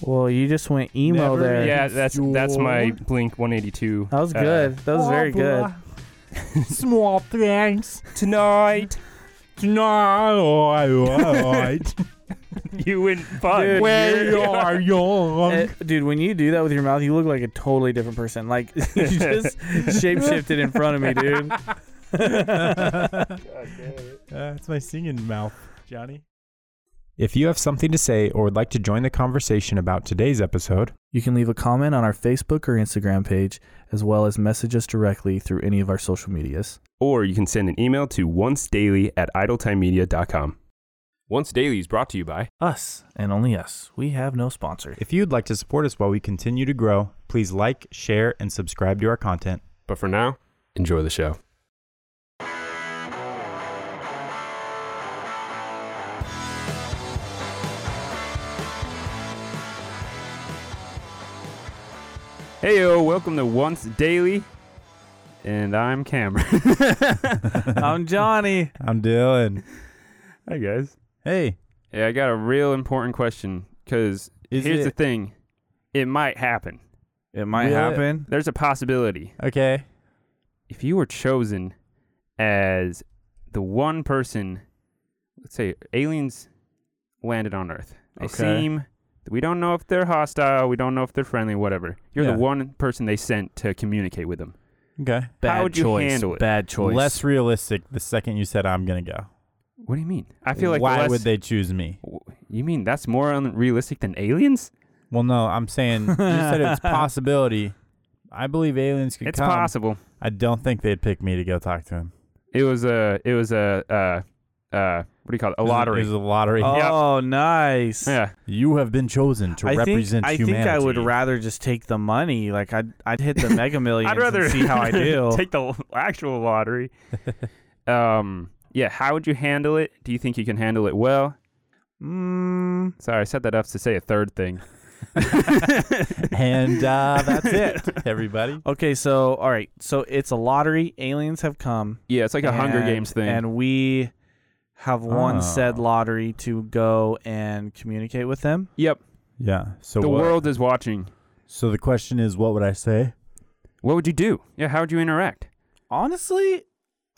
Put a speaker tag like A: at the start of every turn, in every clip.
A: Well, you just went emo
B: Never
A: there.
B: yet.
C: Yeah, that's that's my
B: Sure.
C: Blink 182.
A: That was
C: uh,
A: good. That was very good.
B: Small things
C: Tonight
B: tonight.
C: you win fun.
A: Dude,
B: when you are
C: Um,
B: young.
A: Eh, dude, when you do that with your mouth, you look like a totally different person. Like you just shapeshifted in front of me, dude.
B: That's my singing mouth, Johnny.
D: If you have something to say or would like to join the conversation about today's episode,
A: You can leave a comment on our Facebook or Instagram page, as well as message us directly through any of our social medias.
C: Or you can send an email to oncedaily at idletimemedia.com.
E: Once Daily is brought to you by
A: Us and only us. We have no sponsor.
D: if you'd like to support us while we continue to grow, please like, share, and subscribe to our content.
E: But for now, enjoy the show.
C: Hey, yo, welcome to Once Daily. And I'm Cameron.
A: I'm Johnny.
D: I'm Dylan.
C: Hi, guys.
D: Hey,
C: Yeah, I got a real important question because
D: Is
C: here's the
D: it-
C: thing it might happen.
A: It might
D: Yeah.
A: happen.
C: There's a possibility.
D: okay.
C: If you were chosen as the one person, let's say aliens landed on Earth, they
A: Okay.
C: seem. We don't know if they're hostile. We don't know if they're friendly. Whatever. You're
D: Yeah.
C: the one person they sent to communicate with them.
D: Okay.
A: Bad
C: would you
A: choice.
C: handle it?
A: Bad choice.
D: Less realistic the second you said I'm going to go.
C: What do you mean? I feel like
D: Why
C: less-
D: would they choose me?
C: W- You mean that's more unrealistic than aliens?
D: Well, no, I'm saying you said it's possibility. I believe aliens could
C: It's
D: come.
C: possible.
D: I don't think they'd pick me to go talk to him.
C: It was a. It was a. Uh, uh, what do you call it? A lottery. Uh,
D: It was a lottery.
A: Oh, nice.
C: yeah.
D: You have been chosen to
A: I think,
D: represent
A: I
D: humanity.
A: think I would rather just take the money. Like I'd I'd hit the Mega Millions
C: I'd rather
A: and see how I do.
C: take the l- actual lottery. um. Yeah. How would you handle it? Do you think you can handle it well?
A: mm,
C: Sorry, I set that up to say a third thing.
D: and uh, that's it, everybody.
A: okay, so all right, so it's a lottery. Aliens have come.
C: Yeah, it's like a Hunger
A: and-
C: Games thing.
A: and we have won
D: Oh.
A: said lottery to go and communicate with them.
C: yep.
D: Yeah. So
C: The
D: what-
C: world is watching.
D: So the question is, what would I say?
C: What would you do? Yeah. How would you interact?
A: Honestly,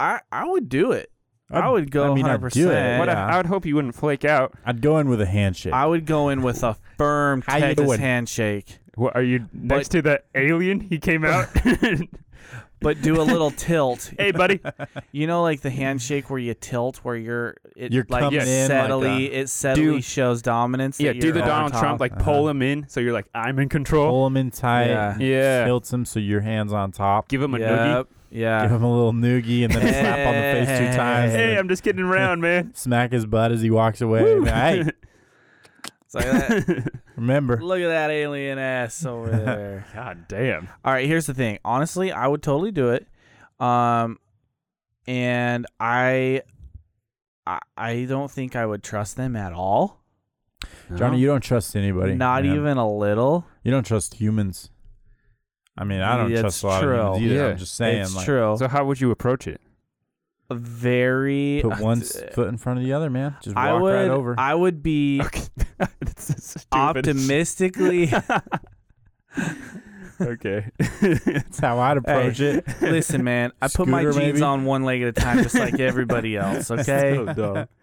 A: I I would do it. I
D: I'd-
A: would go
D: I mean, I'd
A: 100%.
D: do it.
C: What if-
D: yeah.
C: I would hope you wouldn't flake out.
D: I'd go in with a handshake.
A: I would go in with a firm
D: How you
A: Texas
D: doing?
A: handshake,
C: What are you next to the alien? He came out.
A: but do a little tilt.
C: hey, buddy.
A: You know, like the handshake where you tilt, where you're it
D: You're
A: like
D: coming in like
A: steadily, it steadily
C: Dude.
A: shows dominance.
C: Yeah,
A: that
C: do
A: you're
C: the
A: on
C: Donald Trump
A: top.
C: like
D: Uh-huh.
C: pull him in so you're like I'm in control.
D: Pull him in tight.
A: Yeah.
C: Yeah.
D: Tilts him so your hands on top.
C: Give him a noogie.
A: Yep,
D: Give
A: yeah.
D: him a little noogie and then a slap on the face two times. and
C: Hey,
D: then
C: I'm just kidding around, man.
D: smack his butt as he walks away. and be like, hey,
A: It's like that.
D: remember?
A: Look at that alien ass over there.
C: God damn.
A: All right, here's the thing. Honestly, I would totally do it. Um, and I, I, I don't think I would trust them at all.
D: Johnny, you don't trust anybody.
A: Not
D: man.
A: even a little.
D: You don't trust humans. I mean, I don't
A: That's
D: trust a lot
A: true.
D: of humans either.
C: Yeah.
D: I'm just saying.
A: it's
D: like,
A: true.
C: So how would you approach it?
A: Very.
D: Put one s- foot in front of the other, man. Just walk
A: I would.
D: right over.
A: I would be
C: Okay. This is stupid.
A: optimistically.
C: okay.
D: That's how I'd approach it.
A: Listen, man, I put my
D: Scooter,
A: jeans
D: maybe?
A: on one leg at a time, just like everybody else. Okay.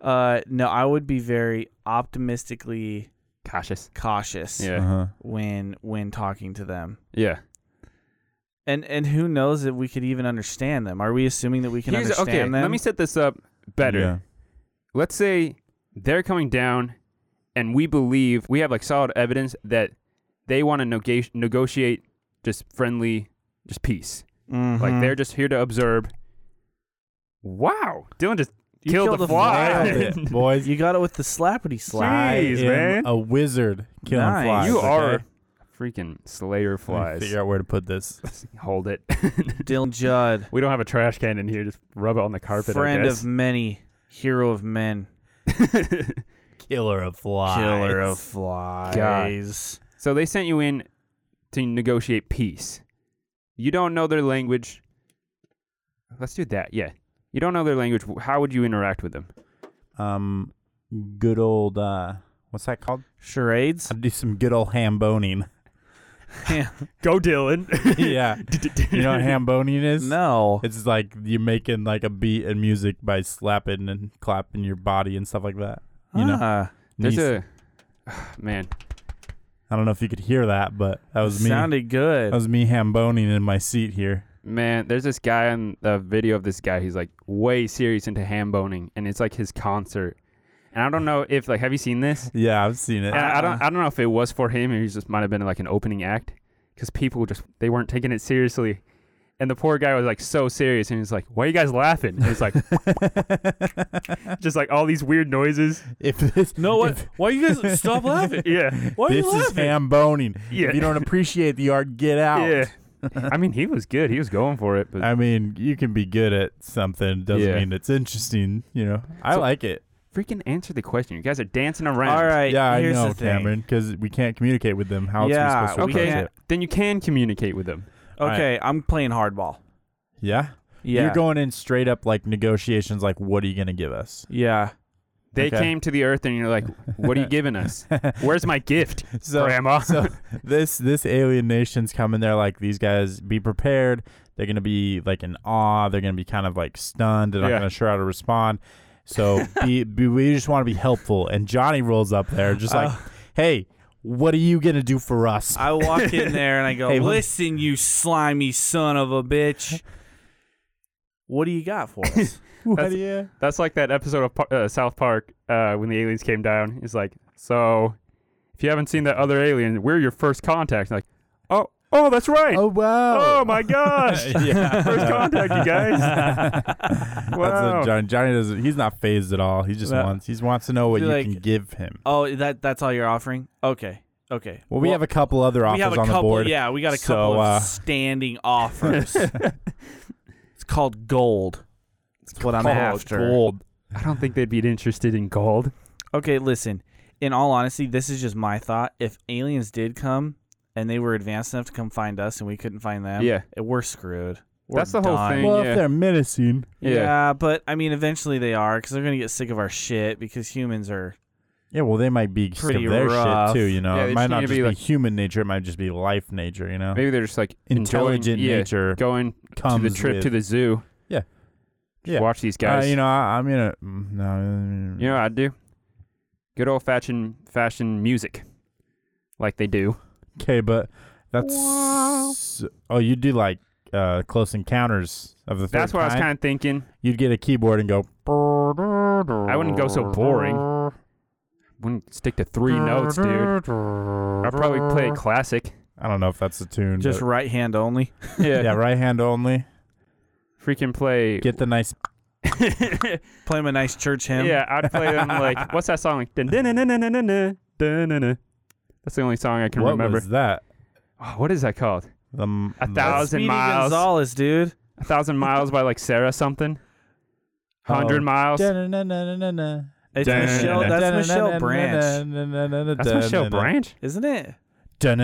A: Uh, no, I would be very optimistically
C: Cautious.
A: cautious
C: Yeah.
D: Uh-huh.
A: when when talking to them.
C: Yeah.
A: And and who knows that we could even understand them? Are we assuming that we can
C: Here's-
A: understand
C: okay,
A: them?
C: let me set this up better. Let's say they're coming down and we believe we have like solid evidence that they want to nega- negotiate just friendly just peace. Like
A: Mhm.
C: they're just here to observe. Wow, Dylan just
A: You
C: killed,
A: killed
C: the
A: the
C: fly.
D: Nailed it, boys.
A: you got it with the slappity slide.
C: Jeez.
D: I am
C: man.
D: a wizard killing
A: Nice.
D: flies.
C: you
D: okay?
C: are freaking slayer
D: Let me
C: flies.
D: Figure out where to put this.
C: Hold it.
A: Dylan Judd,
C: we don't have a trash can in here. Just rub it on the carpet.
A: friend of many, hero of men,
D: Killer of flies.
A: killer of flies.
C: so they sent you in to negotiate peace. You don't know their language. Let's do that. Yeah, you don't know their language. How would you interact with them?
D: Um, good old. Uh, What's that called?
A: Charades.
D: I'd do some good old hamboning.
C: Go, Dylan.
D: yeah. You know what hamboning is?
A: No.
D: It's like you making like a beat and music by slapping and clapping your body and stuff like that. You know,
A: Ah,
C: There's
D: Knees-
C: a man.
D: I don't know if you could hear that, but that was me.
A: sounded
D: that
A: good.
D: was me hamboning in my seat here.
C: Man, there's this guy on the video of this guy. He's like way serious into ham boning, and it's like his concert. And I don't know if like have you seen this?
D: Yeah, I've seen it.
C: And I, I don't I don't know if it was for him or he just might have been like an opening act because people just they weren't taking it seriously. And the poor guy was like so serious, and he's like, "Why are you guys laughing?" And it's like just like all these weird noises.
D: if this
A: no, what?
D: if
A: Why you guys stop laughing?
C: Yeah,
A: Why are
D: this
A: you
D: is
A: laughing?
D: hamboning.
C: Yeah.
D: If you don't appreciate the art, get out. Uh,
C: yeah. I mean, he was good. He was going for it, but
D: I mean, you can be good at something doesn't
C: Yeah.
D: mean it's interesting. You know, I
C: So-
D: like it.
C: freaking answer the question. You guys are dancing around.
A: All right.
D: yeah, I
A: here's
D: know,
A: the thing.
D: Cameron, because we can't communicate with them. How
A: Yeah,
D: else are we supposed to
C: okay.
D: communicate?
C: Then you can communicate with them.
D: All right.
A: Okay, I'm playing hardball.
D: Yeah,
A: Yeah.
D: you're going in straight up like negotiations. Like, what are you gonna give us?
A: yeah.
C: They
D: Okay.
C: came to the earth and you're like, what are you giving us? Where's my gift,
D: so
C: Grandma?
D: so this this alien nation's coming. They're like, these guys, be prepared. They're gonna be like in awe. They're gonna be kind of like stunned. They're not
C: Yeah.
D: gonna sure how to respond. So be, be, we just want to be helpful. And Johnny rolls up there, just
C: Uh.
D: like, hey, what are you gonna do for us?
A: I walk in there and I go,
D: Hey, let-
A: listen, you slimy son of a bitch. What do you got for us?
D: what
C: that's-
D: do you?
C: That's like that episode of Par- uh, South Park uh, when the aliens came down. It's like, so if you haven't seen that other alien, we're your first contact. Like, oh, oh, that's right.
D: Oh wow!
C: Oh, my gosh.
D: yeah.
C: First contact, you guys.
D: That's
C: Wow.
D: what Johnny. Johnny doesn't. He's not phased at all. He just
A: Yeah.
D: wants. He wants to know what
A: Be
D: you
A: like-
D: can give him.
A: oh, that that's all you're offering? Okay. Okay.
D: Well, we have a couple other offers
A: we have a
D: on
A: couple,
D: the board.
A: Yeah, we got a
D: So,
A: couple
D: uh,
A: of standing offers. it's called gold. That's what I'm
D: Called
A: after.
D: gold.
C: I don't think they'd be interested in gold.
A: Okay, listen. In all honesty, this is just my thought. If aliens did come and they were advanced enough to come find us and we couldn't find them, eh,
C: Yeah.
A: we're screwed. We're
C: That's the whole
A: done.
C: thing.
D: Well,
C: Yeah.
D: if they're menacing,
A: Yeah.
C: Yeah.
A: but I mean, eventually they are because they're gonna get sick of our shit because humans are.
D: yeah. Well, they might be sick of
A: Pretty
D: their
A: rough.
D: shit too. You know,
C: Yeah,
D: it
C: they
D: might
C: just
D: not
C: need to
D: just
C: be
D: be,
C: like-
D: human nature. It might just be life nature. You know,
C: Maybe they're just like enjoying-
D: intelligent
C: yeah,
D: nature.
C: Going to
D: comes
C: the trip
D: with,
C: to the zoo.
D: Yeah.
C: Just
D: Yeah.
C: Watch these
D: Uh,
C: guys.
D: you know, I, I'm gonna mm, no. mm,
C: You know what I'd do? Good old fashioned fashion music. Like they do.
D: Okay, but that's oh, you do like uh, close encounters of the. Third
C: That's what I was kind of thinking.
D: You'd get a keyboard and go.
C: I wouldn't go so boring. Wouldn't stick to three notes, dude. I'd probably play a classic.
D: I don't know if that's a tune.
A: Just
D: but-
A: right hand only.
C: Yeah.
D: yeah, right hand only.
C: Freaking play.
D: Get the nice.
A: Play him a nice church hymn.
C: yeah, I'd play them like what's that song? Like dun dun dun dun dun dun dun dun dun dun. That's the only song I can
D: what
C: remember.
D: was that?
C: Oh, what is that called?
D: The m-
C: A
D: the-
A: That's
C: thousand
A: Speedy
C: miles.
A: Gonzalez, dude.
C: A thousand miles by like Sarah something. Hundred
D: Oh.
C: miles.
D: Da-na-na-na-na-na.
A: It's
C: Dun-
A: Michelle. That's Michelle Branch,
D: Da-na-na-na-na-na-na-na-na-na.
C: That's Michelle Branch.
A: isn't it?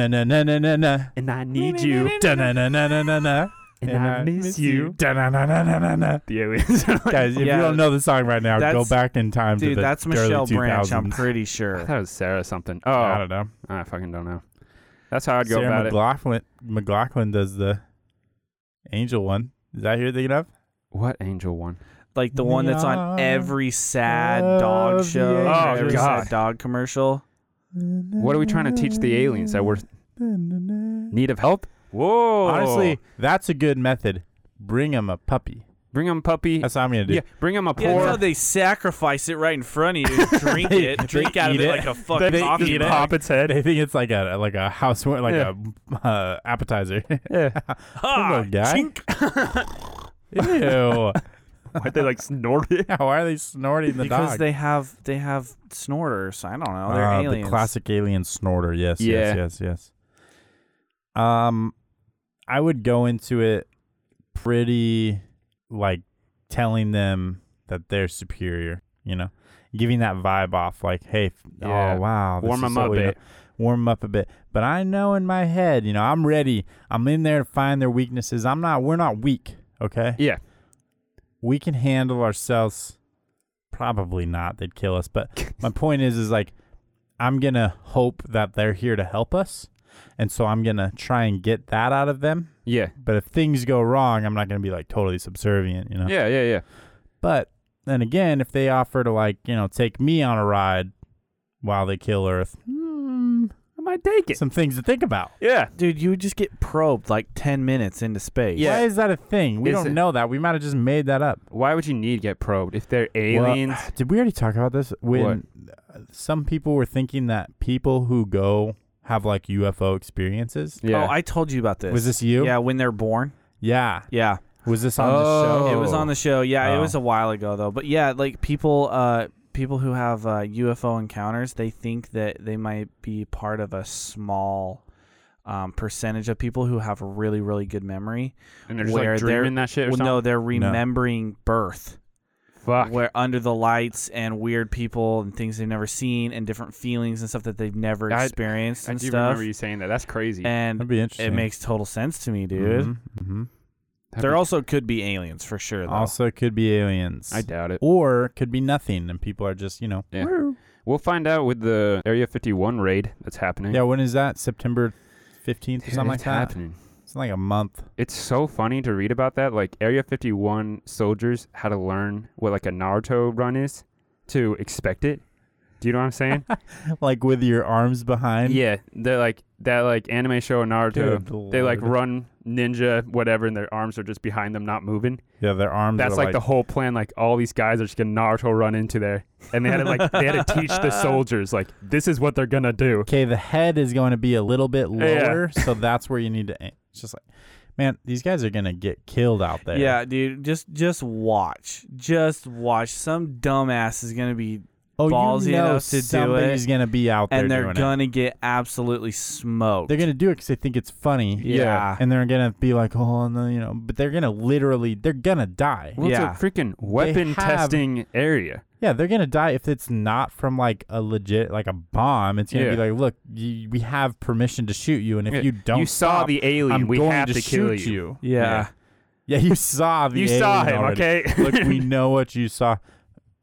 D: Da-na-na-na-na-na-na.
C: And I need you.
D: Da-na-na-na-na-na.
C: And I miss you.
D: Da-na-na-na-na-na-na.
C: The aliens. are like-
D: Guys, if
A: Yeah.
D: you don't know the song right now, go
A: That's-
D: back in time to
A: Dude,
D: the
A: that's
D: early
A: Michelle Branch. I'm
D: 2000s.
A: pretty
C: I
A: sure.
C: thought it was Sarah something. Oh,
D: I
C: I,
D: don't know.
C: fucking don't know. That's how I'd go
D: Sarah
C: about it.
D: McLaughlin, McLaughlin does the angel one. Is that who you're thinking of?
C: What angel one?
A: Like the one that's on
D: Yeah.
A: every sad
D: Love
A: dog
D: the
A: show,
D: angels.
A: every
C: Oh, God.
A: sad dog commercial.
C: What are we trying to teach the aliens that we're need of help? Whoa!
D: Honestly, that's a good method. Bring him a puppy.
C: bring them puppy.
D: That's what I'm gonna do.
C: Yeah, bring them a
D: Oh.
A: Yeah, that's how
C: poor.
A: they sacrifice it right in front of you. Drink
D: They-
A: it,
D: they
A: drink out of
D: eat
A: it
D: it.
A: like a fucking coffee
D: eat it.
A: mug.
C: its head.
D: They think it's like a like a housewarming, like a uh, appetizer.
C: Yeah.
A: Ah,
D: Poor guy. Ew!
C: Why'd they like snort it?
D: Yeah, why are they snorting the
A: because
D: dog?
A: they have they have snorters. I don't know. They're
D: Ah,
A: aliens.
D: The classic alien snorter. Yes,
C: Oh, Yeah.
D: yes, yes, yes. Um, I would go into it pretty like telling them that they're superior. You know, giving that vibe off, like, "Hey, f-
C: Yeah.
D: oh wow, this
C: Warm
D: is
C: them
D: so,
C: up,
D: you know,
C: babe.
D: warm 'em up a bit." But I know in my head, you know, I'm ready. I'm in there to find their weaknesses. I'm not. We're not weak. Okay
C: Yeah.
D: we can handle ourselves. Probably not. They'd kill us. But my point is, is like, I'm going to hope that they're here to help us. And so I'm going to try and get that out of them.
C: Yeah.
D: But if things go wrong, I'm not going to be like totally subservient, you know?
C: Yeah, yeah, yeah.
D: But then again, if they offer to like, you know, take me on a ride while they kill Earth, hmm,
C: I might take it.
D: some things to think about.
C: Yeah.
A: Dude, you would just get probed like 10 minutes into space.
C: Yeah.
D: Why is that a thing? We
C: Is
D: don't
C: it-
D: know that. We might have just made that up.
C: Why would you need to get probed if they're
D: Well,
C: aliens?
D: did we already talk about this? When uh, some people were thinking that people who go have like UFO experiences.
C: yeah.
A: Oh, I told you about this.
D: Was this you?
A: Yeah, when they're born.
D: Yeah.
A: Yeah.
D: Was this on the show?
A: It was
C: Oh.
A: on the show. Yeah, it
D: Oh.
A: was a while ago though. But yeah, like people uh people who have uh UFO encounters, they think that they might be part of a small um, percentage of people who have really really good memory.
C: and they're just like
A: where they're-
C: dreaming that shit or
A: Well, no,
C: something?
A: they're remembering birth,
C: Fuck.
A: where under the lights and weird people and things they've never seen and different feelings and stuff that they've never
C: I-
A: experienced
C: I
A: and
C: do
A: stuff.
C: remember you saying that. That's crazy.
A: And
D: That'd be interesting.
A: it makes total sense to me, dude.
C: Mm-hmm.
D: hmm
C: That'd
A: There
C: be-
A: also could be aliens for sure. Though.
D: Also, could be aliens.
C: I doubt it.
D: or could be nothing, and people are just you know.
C: Yeah. We'll find out with the Area 51 raid that's happening.
D: Yeah. When is that? September fifteenth or
C: Dude,
D: something like
C: it's
D: that.
C: happening.
D: It's in like a month.
C: It's so funny to read about that. Like Area 51 soldiers how to learn what like a Naruto run is to expect it. Do you know what I'm saying?
D: Like with your arms behind.
C: yeah, they're like that like anime show Naruto.
D: Good
C: they like
D: lord.
C: run ninja whatever, and their arms are just behind them, not moving.
D: Yeah, their arms.
C: That's
D: are
C: like, the whole plan. Like all these guys are just gonna Naruto run into there, and they had to like they had to teach the soldiers like this is what they're gonna do.
D: Okay, the head is going to be a little bit
C: Yeah.
D: lower, so that's where you need to aim. It's just like, man, these guys are going to get killed out there.
A: Yeah, dude, just just watch, just watch. Some dumbass is gonna be,
D: oh,
A: ballsy
D: you know
A: enough to do it,
D: somebody's going to be out there
A: and they're
D: doing it.
A: gonna get absolutely smoked.
D: They're going to do it because they think it's funny.
A: yeah,
D: And they're going to be like, oh, no, you know, but they're going to literally, they're going to die.
C: Well,
A: Yeah.
C: it's a freaking weapon
D: have-
C: testing area.
D: Yeah, they're going to die if it's not from like a legit, like a bomb. It's going to
C: Yeah.
D: be like, look, you, we have permission to shoot you, and if
C: Yeah,
D: you don't
C: you saw
D: stop,
C: the alien.
D: I'm
C: we
D: going
C: have to,
D: to,
C: kill
D: shoot
C: you.
A: yeah,
C: Yeah.
D: Yeah, you saw the
C: You
D: alien
C: saw him,
D: already.
C: okay?
D: Look, we know what you saw.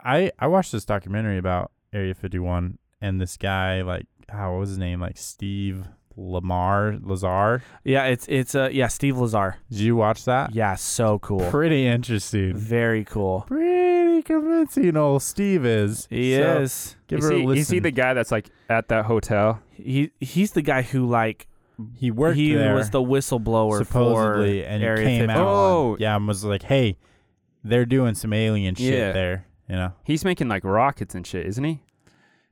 D: I I watched this documentary about Area 51 and this guy like how what was his name like Steve Lamar Lazar.
A: Yeah, It's it's uh yeah, Steve Lazar.
D: Did you watch that?
A: Yeah, so cool,
D: Pretty interesting.
A: very cool.
D: Pretty convincing old Steve is.
A: He
D: So,
A: is.
D: Give
C: is,
D: her
C: he,
D: a listen.
C: is he the guy that's like at that hotel?
A: He he's the guy who like
D: He worked
A: he
D: there
A: was the whistleblower
D: supposedly
A: for
D: and
A: Area
D: came
A: 51.
D: out.
C: Oh.
D: yeah, and was like, "Hey, they're doing some alien shit
C: Yeah.
D: there." You know.
C: He's making like rockets and shit, isn't he?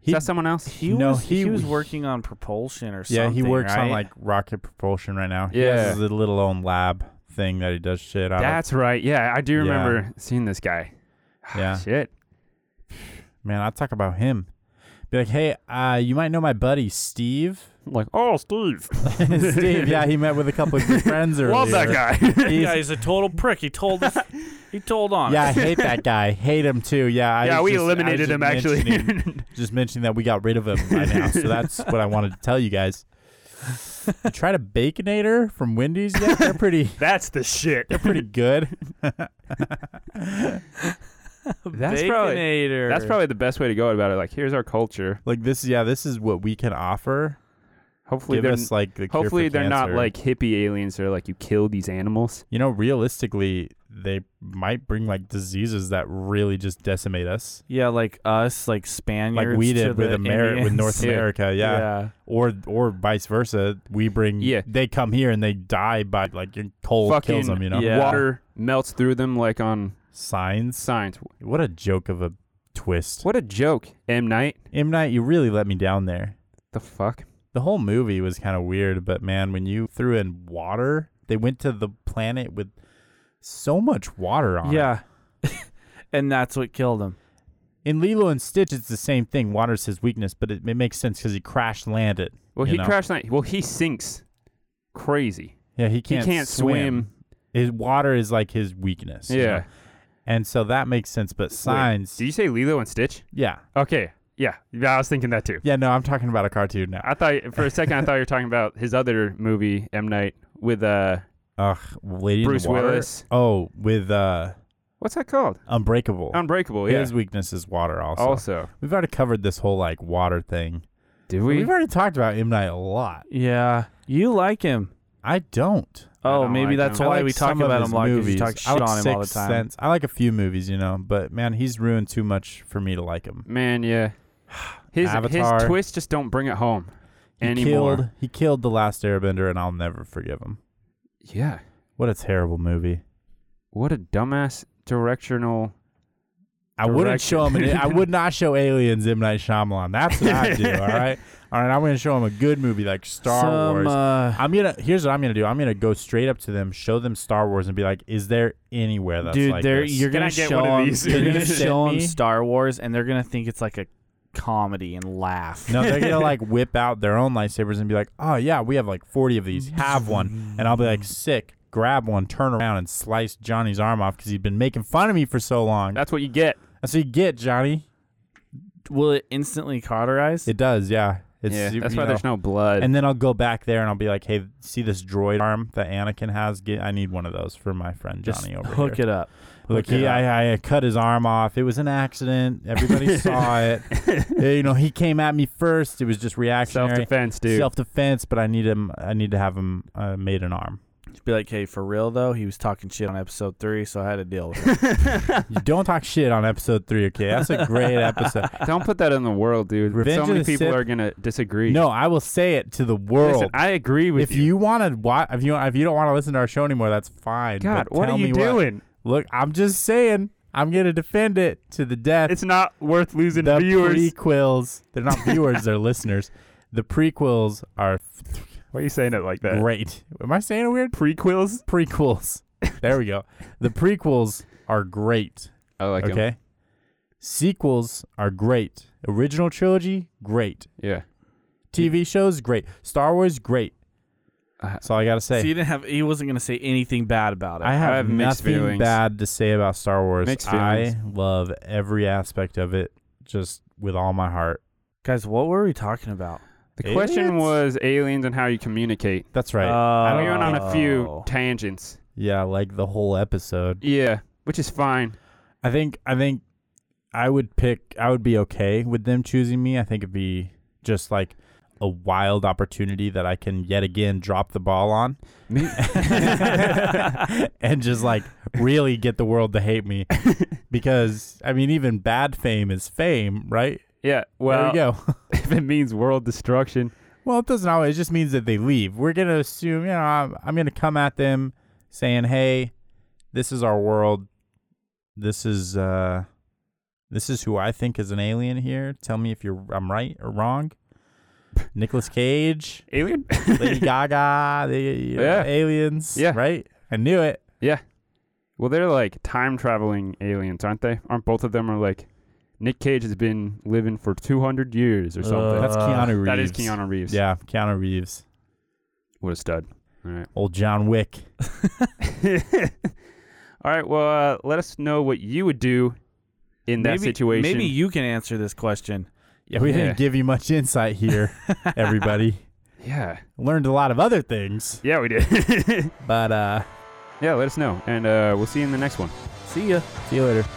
D: He-
C: is that someone else?
A: He
D: No,
A: was he,
D: he-
A: was working on propulsion or
D: Yeah,
A: something.
D: he works on
A: right?
D: like rocket propulsion right now. He has his little own lab thing that he does shit out
C: That's right. Yeah, I do
D: Yeah.
C: remember seeing this guy. Ah,
D: Yeah.
C: Shit.
D: of. Man, I talk about him. Be like, hey, uh, you might know my buddy Steve.
C: Like, oh, Steve.
D: Steve, yeah, he met with a couple of good friends earlier.
C: Love that guy.
A: yeah, he's a total prick. He told us. he told on.
D: Yeah, I
A: us.
D: hate that guy. Hate him too. Yeah, I
C: yeah,
D: was
C: we
D: just- I was
C: eliminated
D: just
C: him actually.
D: mentioning- just mentioning that we got rid of him by now, so that's what I wanted to tell you guys. You tried a baconator from Wendy's yet? They're pretty,
C: that's the shit.
D: they're pretty good.
C: That's probably-
A: Baconator.
C: That's probably the best way to go about it. Like, here's our culture.
D: Like this, yeah, this is what we can offer.
C: Hopefully,
D: Give
C: they're
D: us like the cure for
C: hopefully they're not
D: cancer.
C: like hippie aliens. They're like you kill these animals.
D: you know, realistically, they might bring like diseases that really just decimate us,
A: Yeah, like us, like Spaniards,
D: like we
A: to
D: did with
A: the
D: America, with
A: Indians.
D: North
C: Yeah.
D: America, yeah. or or vice versa. We bring,
C: Yeah.
D: they come here and they die by like your cold
C: Fucking
D: kills them, you know.
A: Yeah.
C: water melts through them like on
D: Signs.
C: signs.
D: What a joke of a twist.
C: What a joke, M Night.
D: M Night, you really let me down there.
C: The fuck?
D: The whole movie was kind of weird, but man, when you threw in water, they went to the planet with so much water on
A: Yeah,
D: it.
A: yeah. and that's what killed him.
D: In Lilo and Stitch, it's the same thing. Water's his weakness, but it, it makes sense because he crash landed.
C: Well,
D: You
C: he
D: know.
C: crashed. Night. Well, he sinks. Crazy.
D: Yeah, he can't,
C: can't swim.
D: His water is like his weakness. you
C: Yeah.
D: know? and so that makes sense. But signs,
C: Did you say Lilo and Stitch?
D: yeah,
C: Okay. Yeah. Yeah. I was thinking that too.
D: yeah. No, I'm talking about a cartoon now.
C: I thought for a second I thought you were talking about his other movie, M Night, with uh
D: Ugh, Lady in the
C: Bruce
D: Water?
C: Willis.
D: Oh, with uh,
C: what's that called?
D: Unbreakable.
C: Unbreakable. Oh, Yeah.
D: His weakness is water. Also,
C: also.
D: we've already covered this whole like water thing.
C: Did
D: We,
C: we?
D: have already talked about M Night a lot.
A: Yeah, you like him.
D: I don't.
C: I
A: Oh,
C: don't
A: maybe
C: like
A: that's
C: him.
D: I
A: why
D: like
A: we talk
D: some of
A: about
D: his
A: him a lot. 'cause You
D: movies.
A: talk
D: I
A: shit
D: like
A: on him all the
D: Sixth
A: time.
D: Sense. I like a few movies, you know, but man, he's ruined too much for me to like him.
C: Man, yeah. His
D: Avatar.
C: his twists just don't bring it home
D: He
C: anymore.
D: killed. He killed the last Airbender, and I'll never forgive him.
C: Yeah.
D: What a terrible movie.
C: What a dumbass directional.
D: I wouldn't
C: Direction.
D: show him. An, I would not show aliens M Night Shyamalan. That's what I do. all right, all right. I'm gonna show him a good movie like Star
A: Some,
D: Wars.
A: uh,
D: I'm gonna. Here's what I'm gonna do. I'm gonna go straight up to them, show them Star Wars, and be like, "Is there anywhere that's
A: dude,
D: like
A: they're,
D: this?"
A: you're
C: Can
A: gonna
C: I get
A: show
C: one of
A: them.
C: these?
A: You're
D: Can
A: gonna
D: you
A: show
D: send
A: them
D: me?
A: Star Wars, and they're gonna think it's like a comedy and laugh.
D: no, they're gonna like whip out their own lightsabers and be like, "Oh yeah, we have like 40 of these. Have one." And I'll be like,
A: Mm.
D: "Sick." Grab one, turn around, and slice Johnny's arm off because he'd been making fun of me for so long.
C: That's what you get.
D: That's what you get, Johnny.
A: Will it instantly cauterize?
D: It does, yeah. It's,
C: yeah.
D: you-
C: That's
D: you
C: why
D: know.
C: there's no blood.
D: And then I'll go back there and I'll be like, "Hey, see this droid arm that Anakin has? Get, I need one of those for my friend
A: Just
D: Johnny over
A: hook
D: here."
A: it up.
D: Look,
A: hook it
D: he, I, I cut his arm off. It was an accident. Everybody saw it. Yeah, you know, he came at me first. It was just
C: Self
D: reactionary,
C: defense, dude.
D: defense. But I need him. I need to have him uh, made an arm.
A: Be like, hey, for real though, he was talking shit on episode three, so I had to deal with it.
D: You don't talk shit on episode three, okay? That's a great episode.
C: don't put that in the world, dude.
D: Revenge
C: so
D: of
C: many
D: the
C: people
D: Sith-
C: are gonna disagree.
D: No, I will say it to the world.
C: Listen, I agree with
D: if you, want to watch, if you if you don't want to listen to our show anymore, that's fine.
C: God,
D: but
C: what
D: tell
C: are you
D: me
C: doing?
D: Look, I'm just saying. I'm gonna defend it to the death.
C: It's not worth losing
D: the
C: viewers.
D: prequels. They're not viewers. they're listeners. The prequels are
C: Why are you saying it like
D: great. Am I saying it weird?
C: Prequels?
D: Prequels. There we go. The prequels are great.
C: I like 'em.
D: okay. Sequels are great. Original trilogy, great.
C: Yeah.
D: TV shows, great. Star Wars, great.
C: Uh,
D: That's all I gotta
A: So
D: say.
A: you didn't have. He wasn't gonna say anything bad about it.
D: I have,
C: I have mixed
D: nothing
C: feelings.
D: bad to say about Star Wars.
C: Mixed
D: I
C: feelings.
D: love every aspect of it, just with all my heart.
A: Guys, what were we talking about?
C: The question
D: Aliens?
C: was aliens and how you communicate.
D: That's right.
A: Oh.
C: We went on a few
D: Oh.
C: tangents.
D: yeah, like the whole episode.
C: Yeah, which is fine.
D: I think I think I would pick I would be okay with them choosing me. I think it'd be just like a wild opportunity that I can yet again drop the ball on and just like really get the world to hate me because I mean even bad fame is fame, right?
C: Yeah. Well,
D: there you go.
C: if it means world destruction,
D: Well, it doesn't always. It just means that they leave. We're gonna assume, you know, I'm, I'm gonna come at them saying, "Hey, this is our world. This is uh, this is who I think is an alien here. Tell me if you're I'm right or wrong." Nicholas Cage,
C: alien?
D: Lady Gaga, the you know,
C: Yeah.
D: aliens.
C: Yeah.
D: right. I knew it.
C: Well, they're like time traveling aliens, aren't they? Aren't both of them are like Nick Cage has been living for 200 years or something.
D: That's Keanu Uh, Reeves.
C: that is Keanu Reeves.
D: Yeah, Keanu Reeves.
C: What a stud. All right.
D: Old John Wick.
C: All right. Well, uh, let us know what you would do in that
A: maybe,
C: situation.
A: Maybe you can answer this question.
D: Yeah, we
C: Yeah.
D: didn't give you much insight here, everybody.
C: Yeah.
D: Learned a lot of other things,
C: Yeah, we did.
D: but uh.
C: yeah, let us know. And uh, we'll see you in the next one.
A: See ya.
D: See you later.